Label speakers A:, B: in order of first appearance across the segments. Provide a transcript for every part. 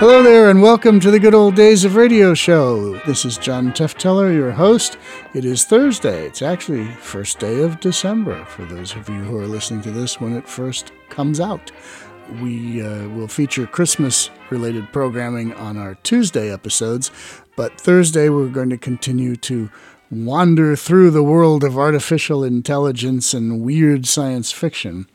A: Hello there, and welcome to the good old days of radio show. This is John Tefteller, your host. It is Thursday. It's actually first day of December for those of you who are listening to this when it first comes out. We uh, will feature Christmas related programming on our Tuesday episodes, but Thursday we're going to continue to wander through the world of artificial intelligence and weird science fiction.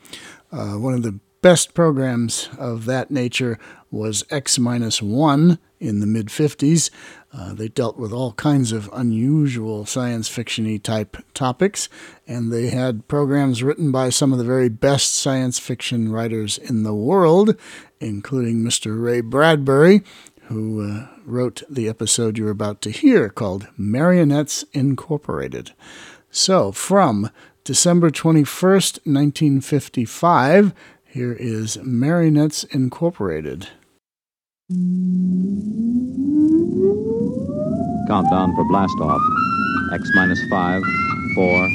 A: Uh, one of the best programs of that nature was X minus one in the mid 50s. Uh, they dealt with all kinds of unusual science fictiony type topics, and they had programs written by some of the very best science fiction writers in the world, including Mr. Ray Bradbury, who uh, wrote the episode you're about to hear called Marionettes Incorporated. So, from December 21st, 1955, here is Marionettes Incorporated.
B: Countdown for blast off. X minus five, four,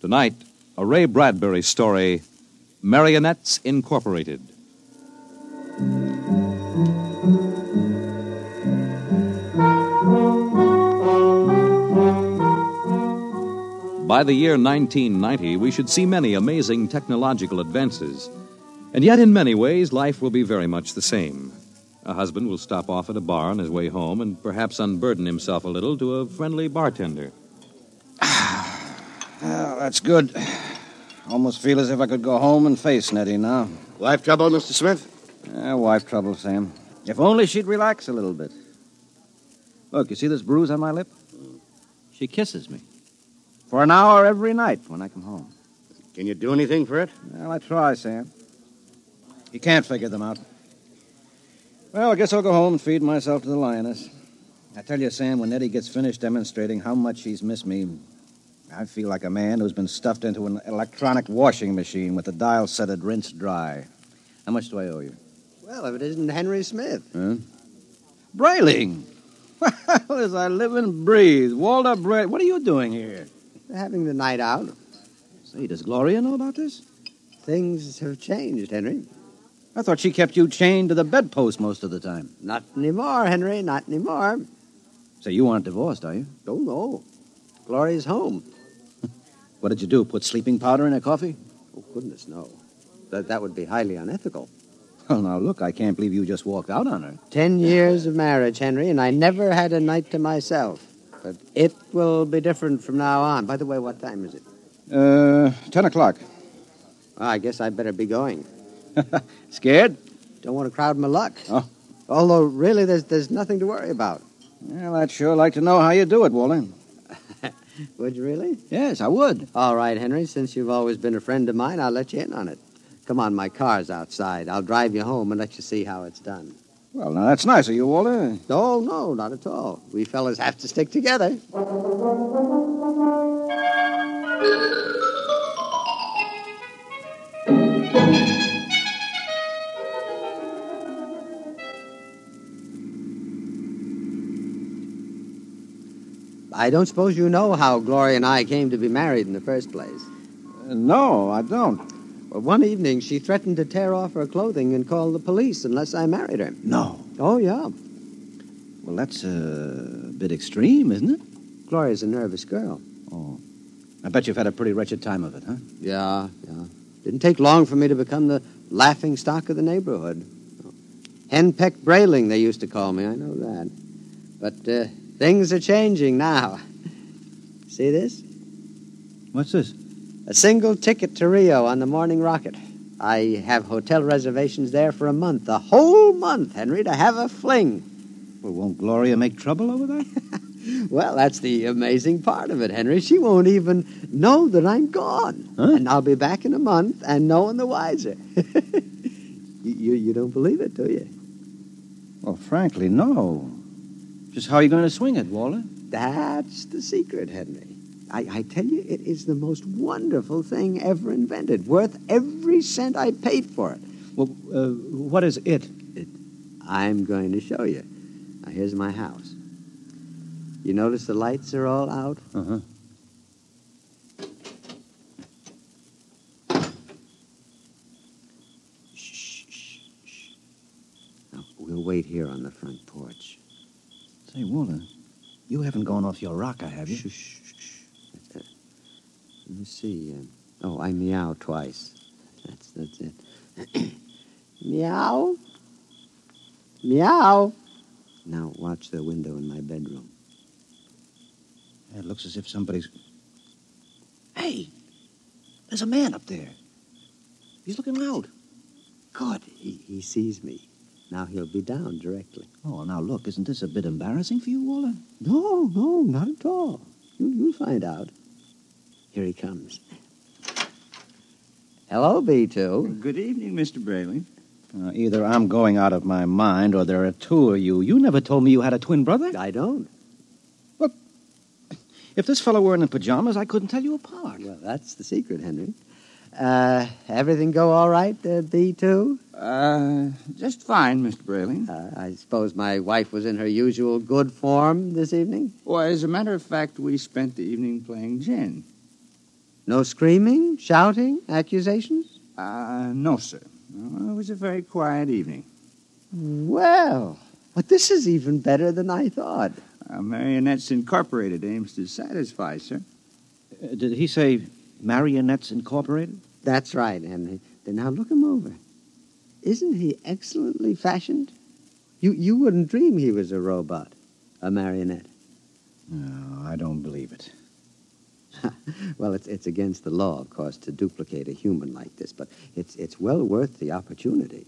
B: Tonight, a Ray Bradbury story, Marionettes Incorporated. By the year 1990, we should see many amazing technological advances. And yet, in many ways, life will be very much the same. A husband will stop off at a bar on his way home and perhaps unburden himself a little to a friendly bartender.
C: Well, that's good. Almost feel as if I could go home and face Nettie now.
D: Wife trouble, Mr. Smith?
C: Eh, wife trouble, Sam. If only she'd relax a little bit. Look, you see this bruise on my lip?
B: She kisses me.
C: For an hour every night when I come home.
D: Can you do anything for it?
C: Well, I try, Sam. You can't figure them out. Well, I guess I'll go home and feed myself to the lioness. I tell you, Sam, when Nettie gets finished demonstrating how much she's missed me, I feel like a man who's been stuffed into an electronic washing machine with the dial set at rinse dry. How much do I owe you?
E: Well, if it isn't Henry Smith.
C: Huh? Brailing. Well, as I live and breathe, Walter Braille. What are you doing here?
E: Having the night out,
C: Say, does Gloria know about this?
E: things have changed, Henry.
C: I thought she kept you chained to the bedpost most of the time.
E: Not anymore, Henry, not anymore.
C: Say, you aren't divorced, are you?
E: Don't know. Gloria's home.
C: What did you do? Put sleeping powder in her coffee?
E: Oh, goodness, no. That, that would be highly unethical.
C: Well, now look, I can't believe you just walked out on her.
E: Ten years of marriage, Henry, and I never had a night to myself. But it will be different from now on. By the way, what time is it?
C: Uh, ten o'clock.
E: Well, I guess I better be going.
C: Scared?
E: Don't want to crowd my luck.
C: Oh.
E: Although, really, there's, there's nothing to worry about.
C: Well, I'd sure like to know how you do it, Walter.
E: Would you really?
C: Yes, I would.
E: All right, Henry, since you've always been a friend of mine, I'll let you in on it. Come on, my car's outside. I'll drive you home and let you see how it's done.
C: Well, now that's nice of you, Walter.
E: Oh, no, not at all. We fellas have to stick together. I don't suppose you know how Gloria and I came to be married in the first place.
C: Uh, no, I don't.
E: Well, one evening, she threatened to tear off her clothing and call the police unless I married her.
C: No.
E: Oh, yeah.
C: Well, that's a bit extreme, isn't it?
E: Gloria's a nervous girl.
C: Oh. I bet you've had a pretty wretched time of it, huh?
E: Yeah, yeah. Didn't take long for me to become the laughing stock of the neighborhood. Henpeck Brailing, they used to call me. I know that. But uh, things are changing now. See this?
C: What's this?
E: A single ticket to Rio on the morning rocket. I have hotel reservations there for a month, a whole month, Henry, to have a fling.
C: Well, won't Gloria make trouble over that?
E: Well, that's the amazing part of it, Henry. She won't even know that I'm gone.
C: Huh?
E: And I'll be back in a month and no one the wiser. you, you, you don't believe it, do you?
C: Well, frankly, no. Just how are you going to swing it, Walter?
E: That's the secret, Henry. I, I tell you, it is the most wonderful thing ever invented, worth every cent I paid for it.
C: Well, uh, what is it?
E: I'm going to show you. Now, here's my house. You notice the lights are all out?
C: Uh-huh.
E: Shh, shh, shh. Now, we'll wait here on the front porch.
C: Say, Walter, you haven't gone off your rocker, have you?
E: Shh, shh, shh. Uh, let me see. Um, oh, I meow twice. That's that's it. meow. Meow. Now watch the window in my bedroom.
C: It looks as if somebody's. Hey, there's a man up there. He's looking out.
E: Good. He, he sees me. Now he'll be down directly.
C: Oh, now look, isn't this a bit embarrassing for you, Walter?
E: No, no, not at all. You, you'll find out. Here he comes. Hello, B2.
F: Good evening, Mr. Brayley.
C: Uh, either I'm going out of my mind, or there are two of you. You never told me you had a twin brother.
E: I don't.
C: If this fellow were in pajamas, I couldn't tell you apart.
E: Well, that's the secret, Henry. Uh, everything go all right, uh, B2?
F: Uh, just fine, Mr. Brayley.
E: Uh, I suppose my wife was in her usual good form this evening.
F: Why, as a matter of fact, we spent the evening playing gin.
E: No screaming, shouting, accusations?
F: Uh, no, sir. No, it was a very quiet evening.
E: Well, but this is even better than I thought.
F: Uh, Marionettes Incorporated aims to satisfy, sir.
C: Uh, did he say Marionettes Incorporated?
E: That's right, Henry. Then now look him over. Isn't he excellently fashioned? You, you wouldn't dream he was a robot, a marionette.
C: No, I don't believe it.
E: Well, it's, it's against the law, of course, to duplicate a human like this, but it's, it's well worth the opportunity.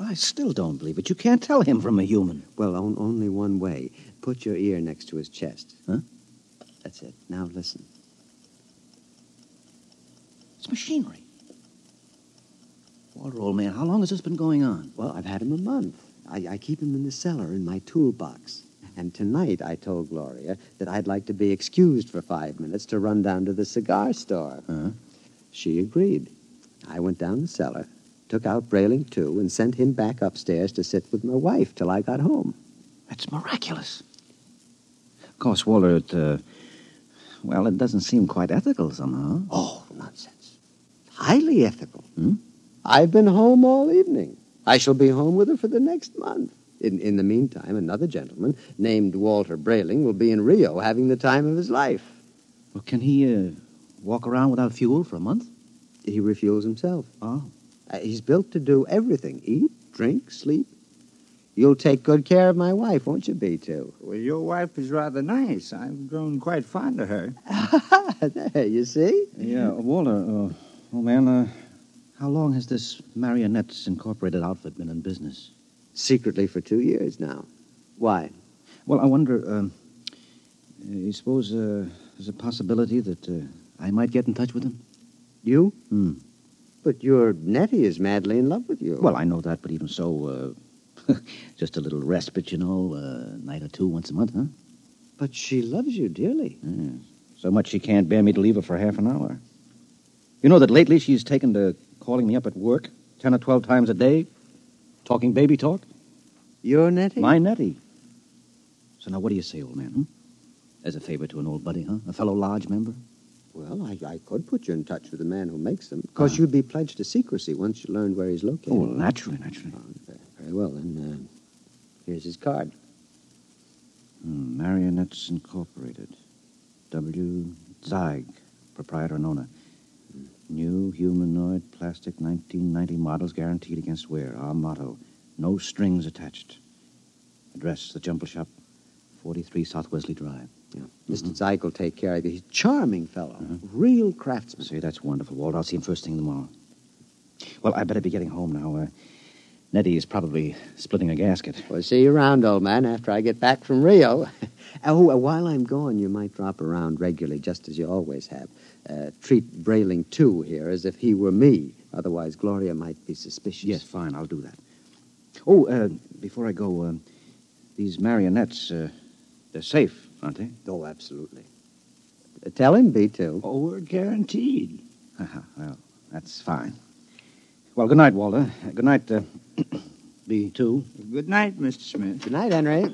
C: I still don't believe it. You can't tell him from a human.
E: Well, on, only one way. Put your ear next to his chest.
C: Huh?
E: That's it. Now listen.
C: It's machinery. Walter, old man, how long has this been going on?
E: Well, I've had him a month. I, I keep him in the cellar in my toolbox. And tonight I told Gloria that I'd like to be excused for five minutes to run down to the cigar store.
C: Huh?
E: She agreed. I went down the cellar, took out Brailing too, and sent him back upstairs to sit with my wife till I got home.
C: That's miraculous. Of course, Walter, it, uh, well, it doesn't seem quite ethical somehow.
E: Oh, nonsense. Highly ethical.
C: Hmm?
E: I've been home all evening. I shall be home with her for the next month. In, in the meantime, another gentleman named Walter Brailing will be in Rio having the time of his life.
C: Well, can he uh, walk around without fuel for a month?
E: He refuels himself.
C: Oh.
E: Uh, he's built to do everything eat, drink, sleep. You'll take good care of my wife, won't you, B2?
F: Well, your wife is rather nice. I've grown quite fond of her.
E: there, you see?
C: Yeah, Walter, uh, old man, uh, how long has this Marionettes Incorporated outfit been in business?
E: Secretly for two years now. Why?
C: Well, I wonder, um, uh, you suppose uh, there's a possibility that uh, I might get in touch with him?
E: You?
C: Hmm.
E: But your Nettie is madly in love with you.
C: Well, I know that, but even so, uh, just a little respite, you know, a night or two once a month, huh?
E: but she loves you dearly.
C: So much she can't bear me to leave her for half an hour. You know that lately she's taken to calling me up at work 10 or 12 times a day, talking baby talk?
E: Your Nettie?
C: My Nettie. So now what do you say, old man, hmm? As a favor to an old buddy, huh? A fellow lodge member?
E: Well, I, I could put you in touch with the man who makes them. Of
G: Ah.
E: course, you'd be pledged to secrecy once you learned where he's located.
C: Oh, naturally, naturally.
E: Oh, very- Very well, then. Uh, here's his card.
G: Mm,
C: Hmm, Marionettes Incorporated. W. Zeig, proprietor and owner.
G: New humanoid plastic 1990 models guaranteed against wear. Our motto no strings attached. Address the jumper shop, 43 South Wesley Drive.
E: Mr.
G: Mm-hmm.
E: Zeig will take care of you. He's a charming fellow, real craftsman.
G: See, that's wonderful, Walt. I'll see him first thing tomorrow. Well, I better be getting home now. Uh, Nettie is probably splitting a gasket.
E: Well, see you around, old man, after I get back from Rio. oh, uh, while I'm gone, you might drop around regularly, just as you always have. Uh, treat Brayling, too, here as if he were me. Otherwise, Gloria might be suspicious.
G: Yes, fine. I'll do that. Oh, uh, before I go, um, these marionettes, uh, they're safe, aren't they?
E: Oh, absolutely. Uh, tell him, B2.
C: Oh, we're guaranteed.
G: well, that's fine. Well, good night, Walter. Uh, Good night, uh, B2.
C: Good night, Mr. Smith.
E: Good night, Henry.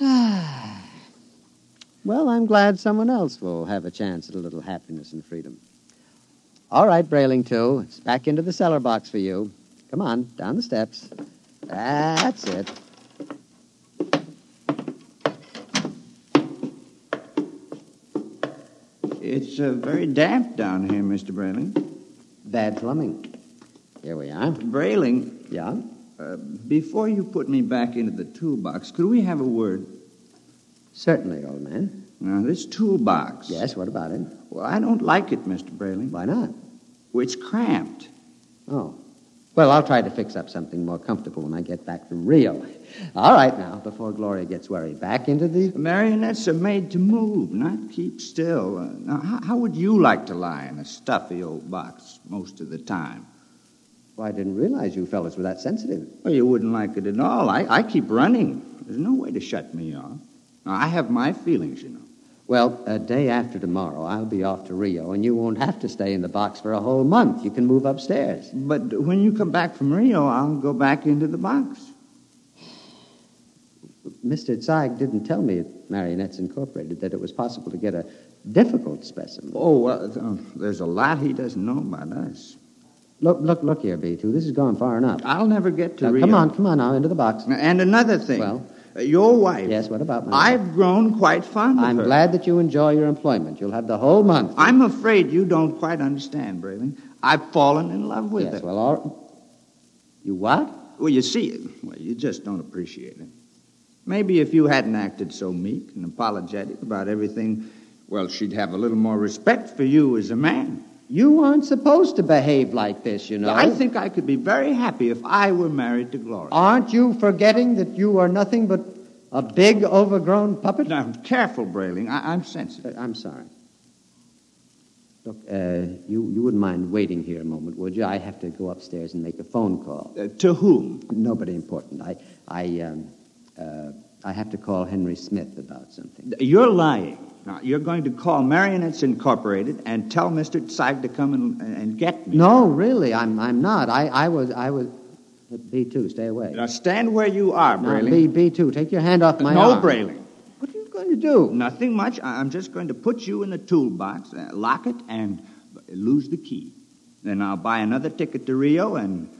E: well, I'm glad someone else will have a chance at a little happiness and freedom. All right, Brailing, too. It's back into the cellar box for you. Come on, down the steps. That's it.
C: It's uh, very damp down here, Mr. Brayling.
E: Bad plumbing. Here we are.
C: Brayling,
E: Yeah?
C: uh, before you put me back into the toolbox, could we have a word?
E: Certainly, old man.
C: Now, this toolbox.
E: Yes, what about it?
C: Well, I don't like it, Mr. Brayling.
E: Why not?
C: It's cramped.
E: Oh. Well, I'll try to fix up something more comfortable when I get back from Rio. All right, now, before Gloria gets worried, back into the.
C: Marionettes are made to move, not keep still. Uh, now, how, how would you like to lie in a stuffy old box most of the time?
E: Well, I didn't realize you fellas were that sensitive.
C: Well, you wouldn't like it at all. I, I keep running. There's no way to shut me off. Now, I have my feelings, you know.
E: Well, a day after tomorrow, I'll be off to Rio, and you won't have to stay in the box for a whole month. You can move upstairs.
C: But when you come back from Rio, I'll go back into the box.
E: Mr. Zeig didn't tell me at Marionettes Incorporated that it was possible to get a difficult specimen.
C: Oh, well, th- uh, there's a lot he doesn't know about us.
E: Look, look, look here, B2. This has gone far enough.
C: I'll never get to
E: Now,
C: Rio.
E: come on, come on now, into the box.
C: And another thing.
E: Well?
C: Uh, your wife.
E: Yes, what about my.
C: I've grown quite fond of
E: I'm
C: her.
E: glad that you enjoy your employment. You'll have the whole month.
C: I'm afraid you don't quite understand, Braylon. I've fallen in love with
E: yes,
C: her.
E: well, all... You what?
C: Well, you see, well, you just don't appreciate it. Maybe if you hadn't acted so meek and apologetic about everything, well, she'd have a little more respect for you as a man.
E: You aren't supposed to behave like this, you know.
C: I think I could be very happy if I were married to Gloria.
E: Aren't you forgetting that you are nothing but a big overgrown puppet?
C: Now, careful, Brayling. I- I'm sensitive.
E: Uh, I'm sorry. Look, uh, you, you wouldn't mind waiting here a moment, would you? I have to go upstairs and make a phone call.
C: Uh, to whom?
E: Nobody important. I, I, um, uh, I have to call Henry Smith about something.
C: You're lying. Now, you're going to call Marionettes Incorporated and tell Mr. Tsag to come and, and get me.
E: No, really, I'm, I'm not. I, I was, I was. B2, stay away.
C: Now, stand where you are,
E: No,
C: Brayling.
E: B, B2, take your hand off my
C: no,
E: arm.
C: Brayling.
E: What are you going to do?
C: Nothing much. I- I'm just going to put you in the toolbox, uh, lock it, and lose the key. Then I'll buy another ticket to Rio, and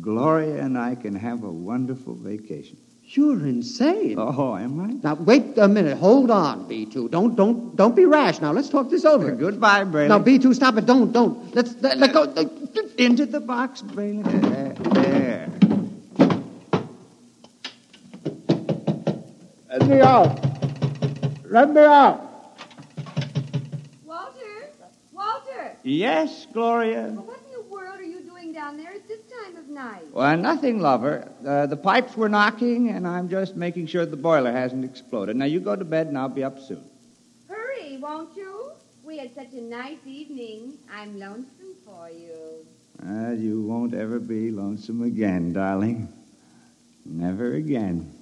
C: Gloria and I can have a wonderful vacation.
E: You're insane.
C: Oh, am I?
E: Now wait a minute. Hold on, B2. Don't don't don't be rash. Now let's talk this over.
C: Goodbye, Brayling.
E: Now B2, stop it. Don't don't. Let's let, let go.
C: Into the box, Braylon. There. there.
H: Let me out. Let me out.
I: Walter! Walter!
C: Yes, Gloria.
I: Well, what in the world are you doing down there at this time of night?
C: Well, nothing, lover. Uh, the pipes were knocking, and I'm just making sure the boiler hasn't exploded. Now, you go to bed, and I'll be up soon.
I: Hurry, won't you? We had such a nice evening. I'm lonesome for you.
C: Uh, you won't ever be lonesome again, darling. Never again.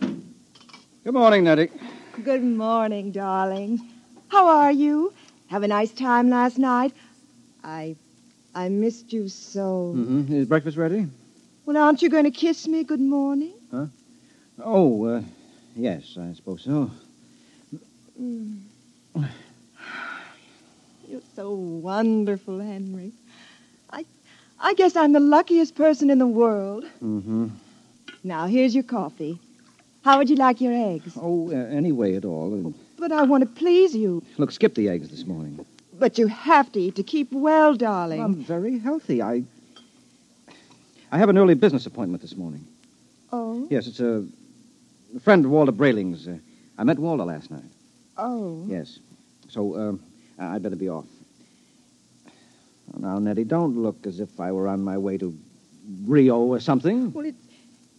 J: Good morning, Nettie.
K: Good morning, darling. How are you? Have a nice time last night? I I missed you so.
C: Hmm.
J: Mm-hmm. Is breakfast ready?
K: Well, aren't you going to kiss me good morning?
J: Oh, uh, yes, I suppose so.
K: You're so wonderful, Henry. I I guess I'm the luckiest person in the world.
J: Mm-hmm.
K: Now, here's your coffee. How would you like your eggs?
B: Oh, uh, any way at all. Uh,
K: But I want to please you.
B: Look, skip the eggs this morning.
K: But you have to eat to keep well, darling.
B: I'm very healthy. I. I have an early business appointment this morning.
K: oh?
B: Yes, it's a, a friend of Walter Brayling's. Uh, I met Walter last night.
K: Oh.
B: Yes. So, um, I- I'd better be off. Now, Nettie, don't look as if I were on my way to Rio or something.
K: Well, it,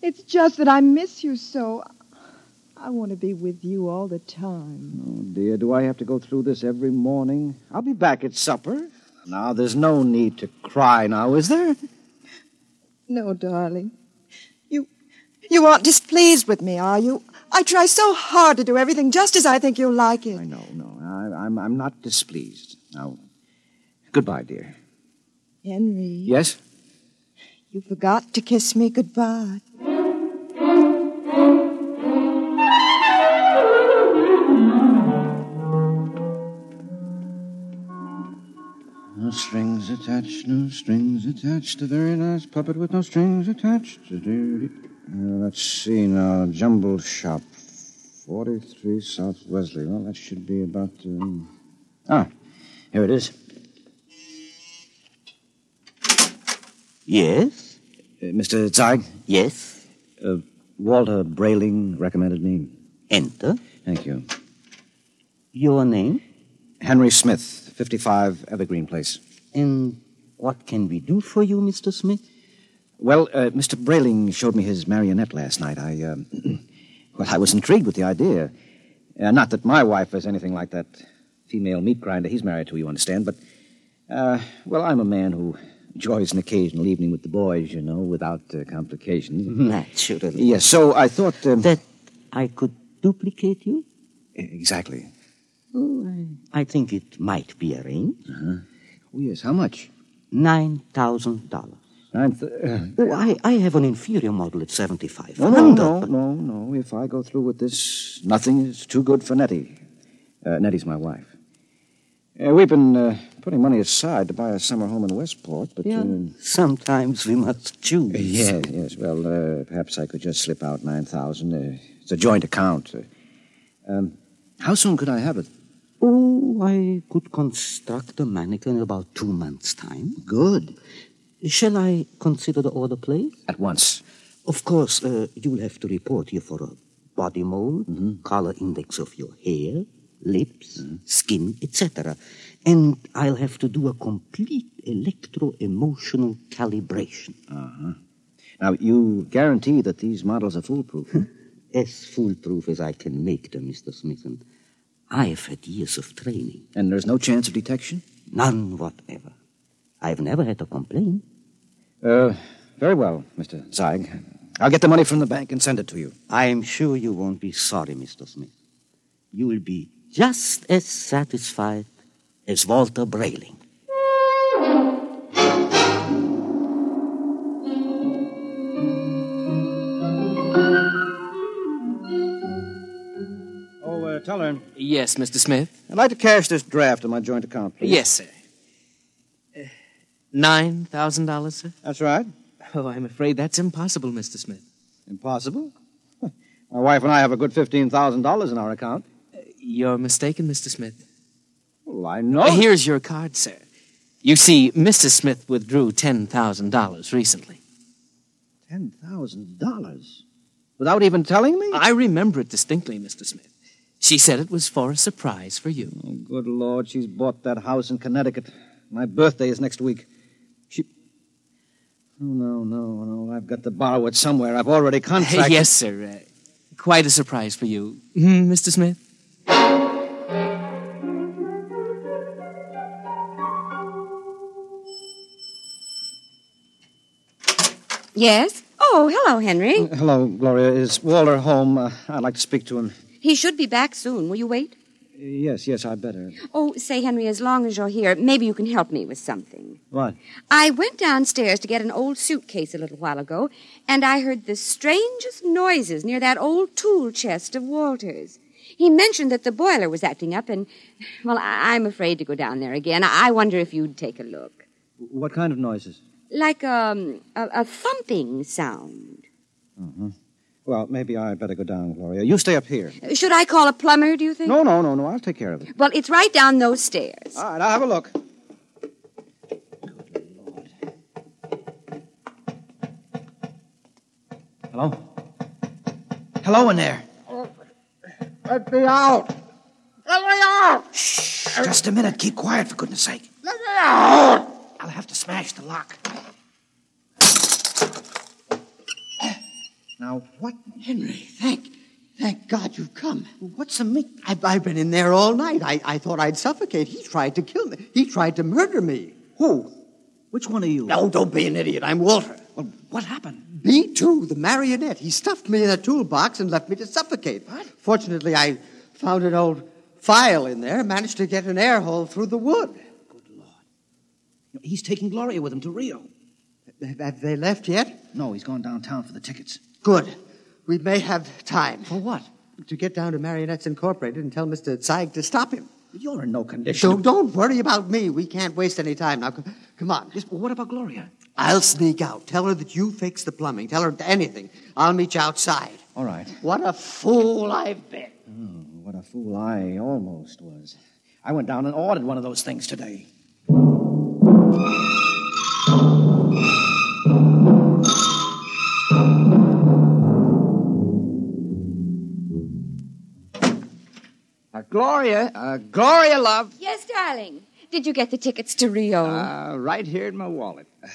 K: it's just that I miss you so. I want to be with you all the time.
B: Oh, dear, do I have to go through this every morning? I'll be back at supper. Now, there's no need to cry now, is there?
K: No, darling. You, you aren't displeased with me, are you? I try so hard to do everything just as I think you'll like it.
B: I know, no. I, I'm, I'm not displeased. Now, goodbye, dear.
K: Henry,
B: Yes?
K: you forgot to kiss me goodbye.
D: No strings attached, no strings attached. A very nice puppet with no strings attached. Uh, let's see now. Jumble Shop, 43 South Wesley. Well, that should be about. Um... Ah, here it is.
B: Yes? Uh, Mr. Zeig?
D: Yes.
B: Uh, Walter Brayling recommended me.
D: Enter.
B: Thank you.
D: Your name?
B: Henry Smith, 55 Evergreen Place.
D: And what can we do for you, Mr. Smith?
B: Well, uh, Mr. Brayling showed me his marionette last night. I, uh, well, I was intrigued with the idea. Uh, not that my wife is anything like that female meat grinder he's married to, you understand, but, uh, well, I'm a man who enjoys an occasional evening with the boys, you know, without uh, complications.
D: Naturally.
B: Yes, so I thought. Um,
D: That I could duplicate you?
B: E-, Exactly.
D: Oh, I, I think it might be arranged.
B: Oh, yes, how much?
D: Nine thousand dollars.
B: Nine th- uh,
D: Oh, I, I have an inferior model at seventy-five
B: No, no, no, no, no. If I go through with this, nothing is too good for Nettie. Uh, Nettie's my wife. Uh, we've been uh, putting money aside to buy a summer home in Westport, but.
D: Yeah.
B: uh,
D: Sometimes we must choose.
B: yeah, yes. Well, uh, perhaps I could just slip out 9000 uh, It's a joint account. Uh, um, how soon could I have it?
D: Oh, I could construct a mannequin in about two months' time. Good. Shall I consider the order placed?
B: At once.
D: Of course, uh, you'll have to report here for a body mold,
B: Mm-hmm.
D: color index of your hair, lips, skin, etc. And I'll have to do a complete electro emotional calibration.
B: Uh-huh. Now, you guarantee that these models are foolproof. huh?
D: As foolproof as I can make them, Mr. Smithson. I've had years of training.
B: and there's no chance of detection?
D: None whatever. I've never had a complaint.
B: Uh, very well, Mr. Zeig. I'll get the money from the bank and send it to you.
D: I'm sure you won't be sorry, Mr. Smith. You will be just as satisfied as Walter Brayling.
B: Oh, uh, tell her.
E: Yes, Mr. Smith.
B: I'd like to cash this draft on my joint account, please.
E: Yes, sir. Uh, Nine thousand dollars, sir.
B: That's right.
E: Oh, I'm afraid that's impossible, Mr. Smith.
B: Impossible. My wife and I have a good $15,000 in our account.
E: Uh, You're mistaken, Mr. Smith. Uh,
B: Well, I know.
E: Here's your card, sir. You see, Mr. Smith withdrew ten thousand dollars recently.
B: $10,000? Without even telling me?
E: I remember it distinctly, Mr. Smith. She said it was for a surprise for you.
B: Oh, good Lord, she's bought that house in Connecticut. My birthday is next week. She. Oh, no, no, no. I've got to borrow it somewhere. I've already contracted.
E: yes, sir. Uh, quite a surprise for you, Hmm, Mr. Smith.
I: Yes? Oh, hello, Henry.
B: Hello, Gloria. Is Walter home? Uh, I'd like to speak to him.
I: He should be back soon. Will you wait?
B: Yes, yes, I better.
I: Oh, say, Henry, as long as you're here, maybe you can help me with something.
B: What?
I: I went downstairs to get an old suitcase a little while ago, and I heard the strangest noises near that old tool chest of Walter's. He mentioned that the boiler was acting up, and, well, I- I'm afraid to go down there again. I, I wonder if you'd take a look.
B: What kind of noises?
I: Like um, a-, a thumping sound.
B: Uh-huh. Well, maybe I'd better go down, Gloria. You stay up here.
I: Should I call a plumber, do you think?
B: No, Ah. no, no, no. I'll take care of it.
I: Well, it's right down those stairs.
B: All right, I'll have a look.
L: Hello? Hello in there.
M: Let me out. Let me out.
L: Shh, just a minute. Keep quiet, for goodness sake.
M: Let me out.
L: I'll have to smash the lock. Now, what?
E: Henry, thank, thank God you've come.
L: What's the make?
E: I've, I've been in there all night. I, I thought I'd suffocate. He tried to kill me. He tried to murder me.
L: Who? Which one of you?
E: No, don't be an idiot. I'm Walter.
L: Well, what happened?
E: Me too, the marionette. He stuffed me in a toolbox and left me to suffocate.
L: What?
E: Fortunately, I found an old file in there, managed to get an air hole through the wood.
L: Good Lord. You know, He's taking Gloria with him to Rio.
E: Have- Have they left yet?
L: No, he's gone downtown for the tickets.
E: Good. We may have time
L: For what?
E: to get down to Marionettes Incorporated and tell Mr. Zeig to stop him.
L: You're in no condition.
E: So don't worry about me. We can't waste any time now. c- Come on.
L: Yes, but what about Gloria?
E: I'll sneak out. Tell her that you fixed the plumbing. Tell her anything. I'll meet you outside.
L: All right.
E: What a fool I've been.
L: Oh, what a fool I almost was. I went down and ordered one of those things today.
C: Uh, Gloria, uh, Gloria, love.
I: Yes, darling. Did you get the tickets to Rio?
B: Ah.
C: Uh, right here in my wallet. Uh,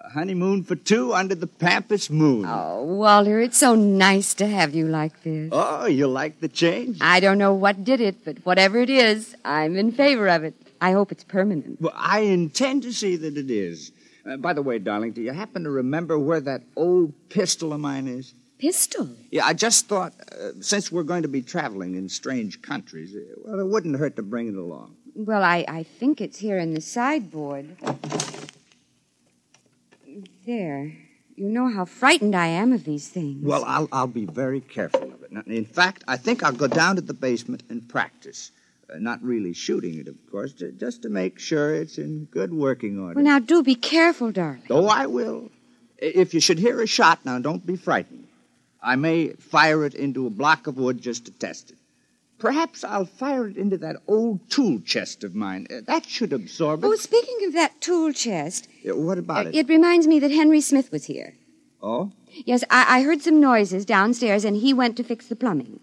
C: A honeymoon for two under the Pampas moon.
I: oh, Walter, it's so nice to have you like this.
C: Oh, you like the change?
I: I don't know what did it, but whatever it is, I'm in favor of it. I hope it's permanent.
C: Well, I intend to see that it is. Uh, by the way, darling, do you happen to remember where that old pistol of mine is?
I: Pistol.
C: Yeah, I just thought, uh, since we're going to be traveling in strange countries, uh, well, it wouldn't hurt to bring it along.
I: Well, I, I think it's here in the sideboard. There. You know how frightened I am of these things.
C: Well, I'll, I'll be very careful of it. Now, In fact, I think I'll go down to the basement and practice. Uh, not really shooting it, of course, ju- just to make sure it's in good working order.
I: Well, now do be careful, darling.
C: Oh, I will. I- If you should hear a shot now, don't be frightened. I may fire it into a block of wood just to test it. Perhaps I'll fire it into that old tool chest of mine. Uh, That should absorb
I: Oh,
C: it.
I: speaking of that tool chest,
C: Uh, What about
I: uh,
C: it?
I: it reminds me that Henry Smith was here.
C: Oh?
I: Yes, I, I heard some noises downstairs, and he went to fix the plumbing.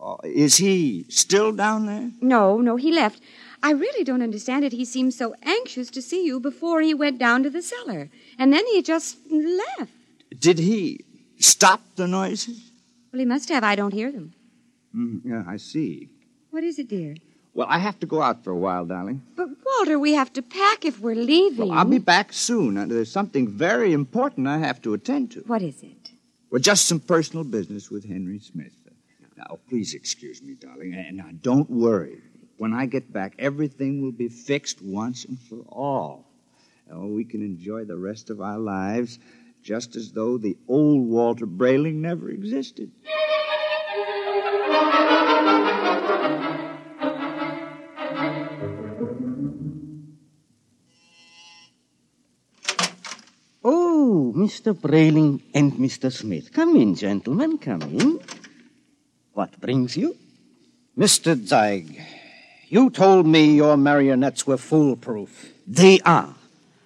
C: oh, is he still down there?
I: No, no, he left. I really don't understand it. He seemed so anxious to see you before he went down to the cellar, and then he just left.
C: Did he stop the noises?
I: Well, he must have. I don't hear them.
C: Mm, yeah, I see.
I: What is it, dear?
C: Well, I have to go out for a while, darling.
I: But Walter, we have to pack if we're leaving.
C: Well, I'll be back soon. Uh, There's something very important I have to attend to.
I: What is it?
C: Well, just some personal business with Henry Smith. Now, please excuse me, darling, and now don't worry. When I get back, everything will be fixed once and for all. Oh, we can enjoy the rest of our lives just as though the old Walter Brayling never existed.
D: Oh, Mr. Brayling and Mr. Smith. Come in, gentlemen, come in. What brings you?
B: Mr. Zeig, you told me your marionettes were foolproof.
D: They are.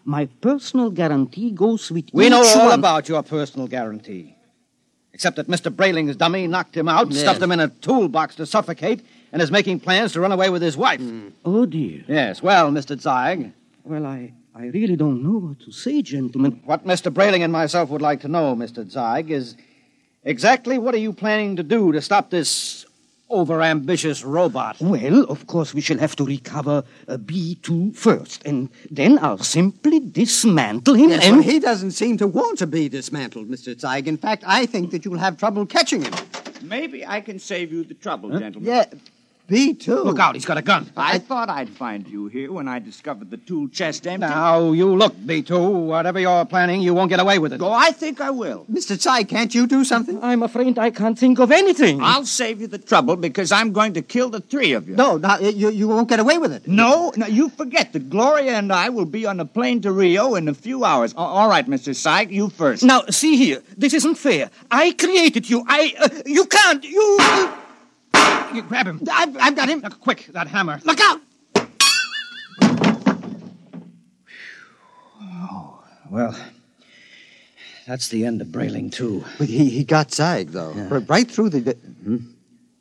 D: My personal guarantee goes with
B: We
D: each
B: know all
D: one-
B: about your personal guarantee. Except that Mr. Brayling's dummy knocked him out,
D: Yes.
B: stuffed him in a toolbox to suffocate, and is making plans to run away with his wife.
D: Oh, dear.
B: Yes, well, Mr. Zeig,
D: Well, I, I really don't know what to say, gentlemen.
B: what Mr. Brayling and myself would like to know, Mr. Zeig, is exactly what are you planning to do to stop this overambitious robot?
D: Well, of course, we shall have to recover uh, B2 first, and then I'll simply dismantle him
E: Yes,
D: and.
E: well, he doesn't seem to want to be dismantled, Mr. Zeig. In fact, I think that you'll have trouble catching him.
C: Maybe I can save you the trouble, gentlemen.
B: Yeah,
N: be, too.
B: Look out, he's got a gun.
C: I thought I'd find you here when I discovered the tool chest empty.
B: Now, you look, B2. Whatever you're planning, you won't get away with it.
C: Oh, I think I will.
N: Mr. Tsai, can't you do something?
D: I'm afraid I can't think of anything.
C: I'll save you the trouble because I'm going to kill the three of you.
N: No, no you, you won't get away with it.
C: No, no, you forget that Gloria and I will be on a plane to Rio in a few hours. A- All right, Mr. Tsai, you first.
D: Now, see here. This isn't fair. I created you. I. Uh, you can't. You.
B: You grab him.
N: I've, I've got him.
B: Now, quick, that hammer.
N: Look out!
B: Well, that's the end of Brailing, too.
E: But he, he got Zag, though. R- Right through the. the-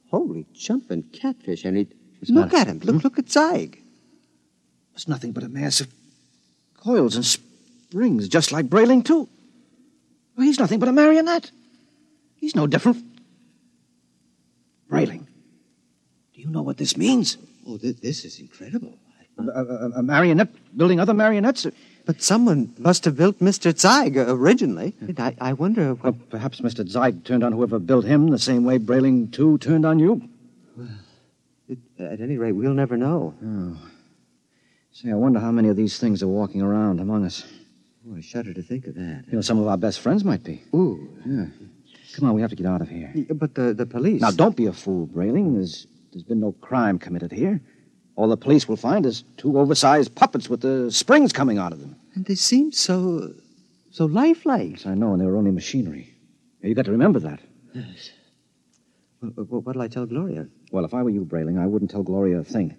E: Holy jumping catfish, and he. Look at him.
L: Hmm?
E: Look, look at Zag.
B: It's nothing but a mass of coils and springs, just like Brailing, too. Well, he's nothing but a marionette. He's no different. Brailing, do you know what this means?
E: Oh, this is incredible.
B: A, a- a marionette building other marionettes? Uh,
E: But someone must have built Mr. Zeig originally. I, I wonder what.
B: Perhaps Mr. Zeig turned on whoever built him the same way Brailing, too, turned on you.
E: At any rate, we'll never know.
B: Oh. Say, I wonder how many of these things are walking around among us.
E: Oh, I shudder to think of that.
B: You know, some of our best friends might be.
E: Ooh.
B: Yeah. Come on, we have to get out of here.
E: But the, the police.
B: Now, don't be a fool, Brayling. There's, there's been no crime committed here. All the police will find is two oversized puppets with the springs coming out of them.
E: And they seem so. so lifelike.
B: Yes, I know, and they were only machinery. You got to remember that.
E: Yes. What, what'll I tell Gloria?
B: Well, if I were you, Brayling, I wouldn't tell Gloria a thing.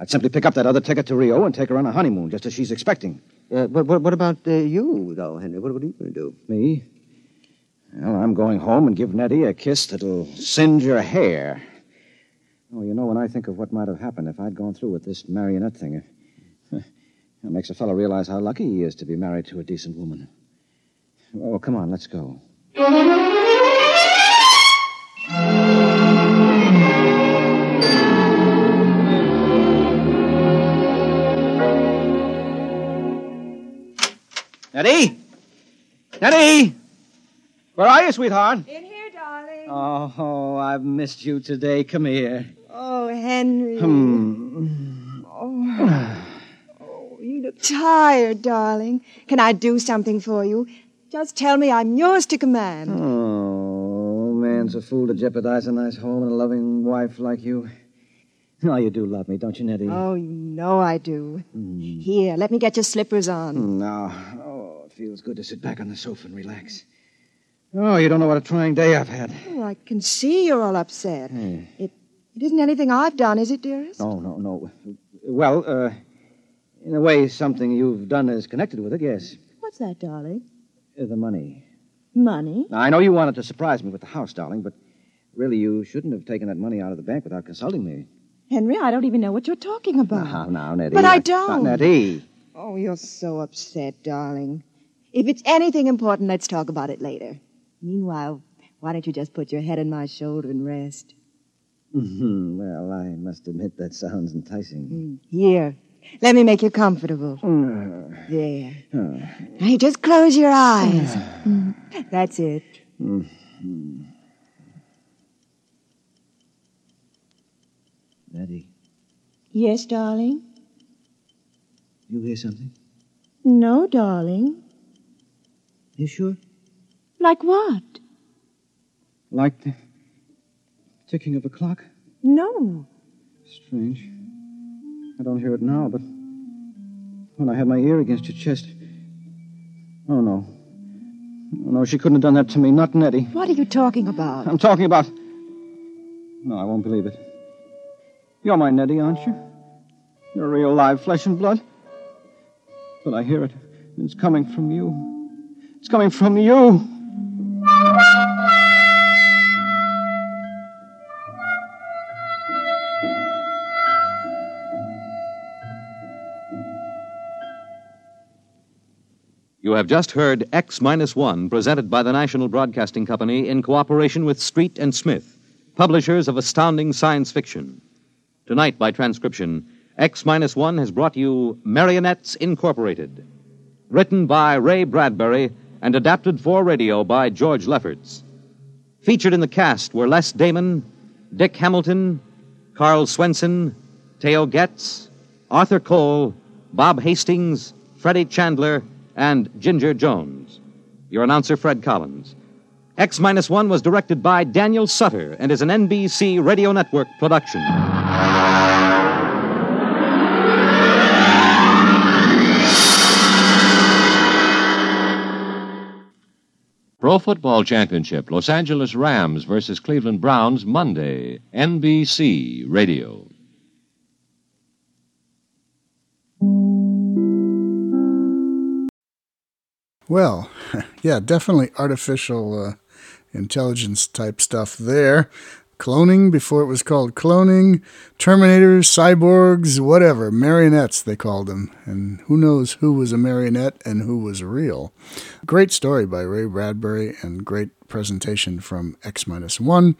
B: I'd simply pick up that other ticket to Rio and take her on a honeymoon, just as she's expecting.
E: Uh, but what, what about uh, you, though, Henry? What, what are you going to do?
B: Me? Well, I'm going home and give Nettie a kiss that'll singe her hair. Oh, you know, when I think of what might have happened if I'd gone through with this marionette thing, it, it makes a fellow realize how lucky he is to be married to a decent woman. Oh, come on, let's go. Nettie? Nettie! Where are you, sweetheart?
K: In here, darling.
B: Oh, I've missed you today. Come here.
K: Oh, Henry.
B: Hmm.
K: Oh. oh, you look tired, darling. Can I do something for you? Just tell me I'm yours to command.
B: Hmm. Oh, man's a fool to jeopardize a nice home and a loving wife like you. Oh, you do love me, don't you, Nettie?
K: Oh, you know I do.
B: Hmm.
K: Here, let me get your slippers on.
B: No. Oh, it feels good to sit back on the sofa and relax. Oh, you don't know what a trying day I've had.
K: Oh, I can see you're all upset.
B: Hmm.
K: It isn't anything I've done, is it, dearest?
B: No, no, no. Well, uh, in a way, something you've done is connected with it, yes.
K: What's that, darling?
B: Uh, The money.
K: Money?
B: Now, I know you wanted to surprise me with the house, darling, but really you shouldn't have taken that money out of the bank without consulting me.
K: Henry, I don't even know what you're talking about.
B: Now, now, Nettie.
K: Uh-huh. But I
B: now,
K: don't.
B: Nettie.
K: Oh, you're so upset, darling. If it's anything important, let's talk about it later. Meanwhile, why don't you just put your head on my shoulder and rest?
B: Mhm. well, I must admit that sounds enticing.
K: Mm, Here. Let me make you comfortable.
B: Mm.
K: There.
B: Oh.
K: Now you just close your eyes. Mm. That's it.
B: Mm-hmm. Nettie,
K: Yes, darling?
B: you hear something?
K: No, darling.
B: You sure?
K: Like what?
B: Like the ticking of a clock?
K: No.
B: Strange. I don't hear it now, but when I had my ear against your chest. Oh, no. Oh, no, she couldn't have done that to me. Not Nettie.
K: What are you talking about?
B: I'm talking about. No, I won't believe it. You're my Nettie, aren't you? You're real live flesh and blood. But I hear it. It's coming from you. It's coming from you.
O: You have just heard X Minus One, presented by the National Broadcasting Company in cooperation with Street and Smith, publishers of astounding science fiction. Tonight, by transcription, X Minus One has brought you Marionettes Incorporated, written by Ray Bradbury and adapted for radio by George Lefferts. Featured in the cast were Les Damon, Dick Hamilton,
B: Carl Swenson, Theo Getz, Arthur Cole, Bob Hastings, Freddie Chandler, and Ginger Jones. Your announcer, Fred Collins. X 1 was directed by Daniel Sutter and is an NBC Radio Network production.
P: Pro Football Championship Los Angeles Rams versus Cleveland Browns Monday, NBC Radio.
A: Well, yeah, definitely artificial uh, intelligence type stuff there. Cloning before it was called cloning, Terminators, cyborgs, whatever, marionettes they called them. And who knows who was a marionette and who was real. Great story by Ray Bradbury and great presentation from X 1.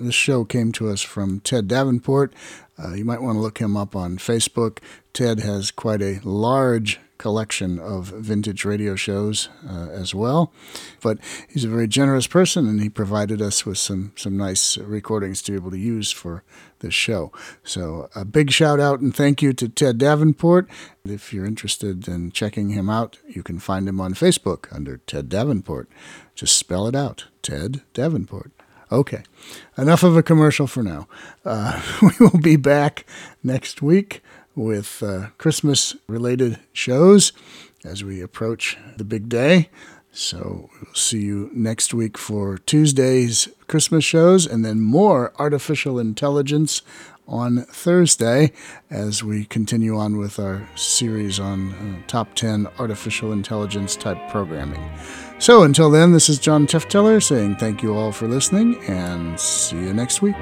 A: This show came to us from Ted Davenport. Uh, you might want to look him up on Facebook. Ted has quite a large collection of vintage radio shows uh, as well. But he's a very generous person, and he provided us with some some nice recordings to be able to use for this show. So a big shout out and thank you to Ted Davenport. If you're interested in checking him out, you can find him on Facebook under Ted Davenport. Just spell it out, Ted Davenport. Okay, enough of a commercial for now. Uh, we will be back next week with uh, Christmas related shows as we approach the big day. So we'll see you next week for Tuesday's Christmas shows and then more artificial intelligence on Thursday as we continue on with our series on uh, top 10 artificial intelligence type programming. So until then, this is John Tefteller saying thank you all for listening and see you next week.